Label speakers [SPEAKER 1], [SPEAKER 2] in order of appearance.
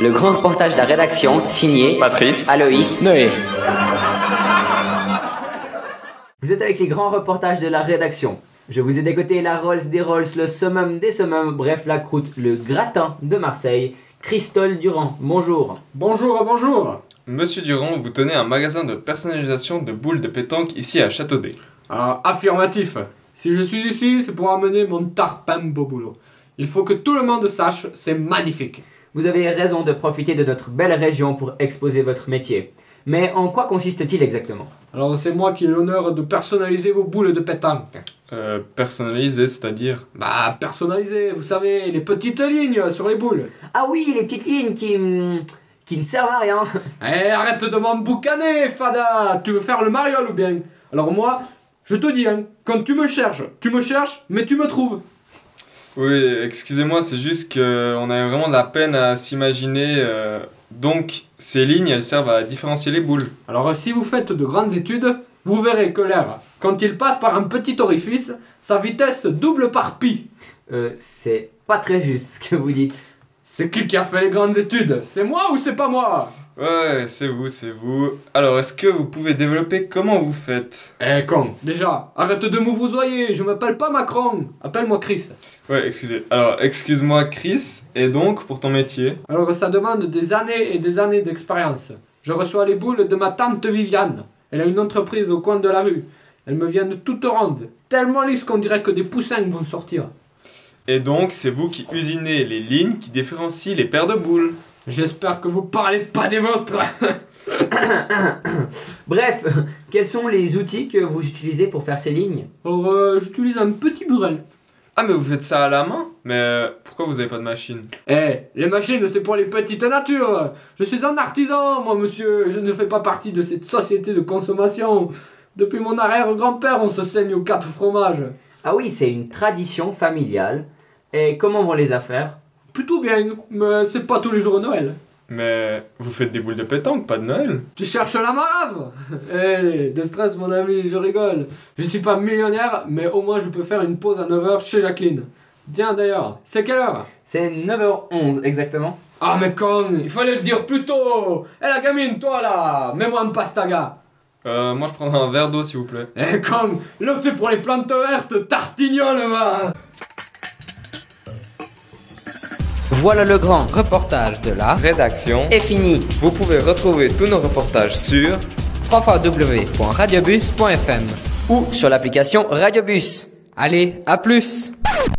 [SPEAKER 1] Le grand reportage de la rédaction, signé
[SPEAKER 2] Patrice,
[SPEAKER 1] Aloïs.
[SPEAKER 3] Noé.
[SPEAKER 1] Vous êtes avec les grands reportages de la rédaction. Je vous ai décoté la Rolls des Rolls, le summum des summums, bref la croûte, le gratin de Marseille. Christole Durand, bonjour.
[SPEAKER 4] Bonjour, bonjour
[SPEAKER 2] Monsieur Durand, vous tenez un magasin de personnalisation de boules de pétanque ici à Châteaudet.
[SPEAKER 4] Ah, Affirmatif Si je suis ici, c'est pour amener mon tarpin beau boulot. Il faut que tout le monde sache, c'est magnifique
[SPEAKER 1] Vous avez raison de profiter de notre belle région pour exposer votre métier. Mais en quoi consiste-t-il exactement
[SPEAKER 4] Alors c'est moi qui ai l'honneur de personnaliser vos boules de pétanque.
[SPEAKER 2] Euh, personnalisé, c'est-à-dire
[SPEAKER 4] Bah, personnaliser, vous savez, les petites lignes sur les boules.
[SPEAKER 1] Ah oui, les petites lignes qui... hum, qui ne servent à rien.
[SPEAKER 4] Eh, arrête de m'emboucaner, Fada Tu veux faire le mariole ou bien Alors moi, je te dis, hein, quand tu me cherches, tu me cherches, mais tu me trouves.
[SPEAKER 2] Oui, excusez-moi, c'est juste qu'on a vraiment de la peine à s'imaginer. euh, donc, ces lignes, elles servent à différencier les boules.
[SPEAKER 4] Alors si vous faites de grandes études, vous verrez que l'air, quand il passe par un petit orifice, sa vitesse double par pi.
[SPEAKER 1] Euh, c'est pas très juste ce que vous dites.
[SPEAKER 4] C'est qui qui a fait les grandes études C'est moi ou c'est pas moi
[SPEAKER 2] Ouais, c'est vous, c'est vous. Alors, est-ce que vous pouvez développer comment vous faites
[SPEAKER 4] Eh con, déjà, arrête de m'ouvoisoyer, je m'appelle pas Macron, appelle-moi Chris.
[SPEAKER 2] Ouais, excusez. Alors, excuse-moi, Chris, et donc, pour ton métier
[SPEAKER 4] Alors ça demande des années et des années d'expérience. Je reçois les boules de ma tante Viviane. Elle a une entreprise au coin de la rue. Elles me viennent toutes rondes, tellement lisses qu'on dirait que des poussins vont sortir.
[SPEAKER 2] Et donc, c'est vous qui usinez les lignes qui différencient les paires de boules.
[SPEAKER 4] J'espère que vous parlez pas des vôtres
[SPEAKER 1] Bref, quels sont les outils que vous utilisez pour faire ces lignes
[SPEAKER 4] Alors euh, j'utilise un petit burel.
[SPEAKER 2] Ah, mais vous faites ça à la main Mais euh, pourquoi vous avez pas de machine
[SPEAKER 4] Eh, les machines, c'est pour les petites natures. Je suis un artisan, moi, monsieur. Je ne fais pas partie de cette société de consommation. Depuis mon arrière-grand-père, on se saigne aux quatre fromages.
[SPEAKER 1] Ah oui, c'est une tradition familiale. Et comment vont les affaires
[SPEAKER 4] Plutôt bien, mais c'est pas tous les jours Noël.
[SPEAKER 2] Mais vous faites des boules de pétanque, pas de Noël
[SPEAKER 4] Tu cherches la marave Eh, de stress, mon ami, je rigole. Je suis pas millionnaire, mais au moins je peux faire une pause à 9h chez Jacqueline. Tiens, d'ailleurs, c'est quelle heure
[SPEAKER 1] C'est 9h11 exactement.
[SPEAKER 4] Ah, mais con, il fallait le dire plus tôt Eh, la gamine, toi, là Mets-moi un pastaga
[SPEAKER 2] Euh, moi je prendrais un verre d'eau s'il vous plaît.
[SPEAKER 4] Eh comme, là c'est pour les plantes vertes, tartignole va
[SPEAKER 1] Voilà le grand.
[SPEAKER 3] Reportage de la
[SPEAKER 2] Rédaction.
[SPEAKER 1] Est fini.
[SPEAKER 2] Vous pouvez retrouver tous nos reportages sur
[SPEAKER 3] www.radiobus.fm.
[SPEAKER 1] Ou sur l'application Radiobus.
[SPEAKER 3] Allez, à plus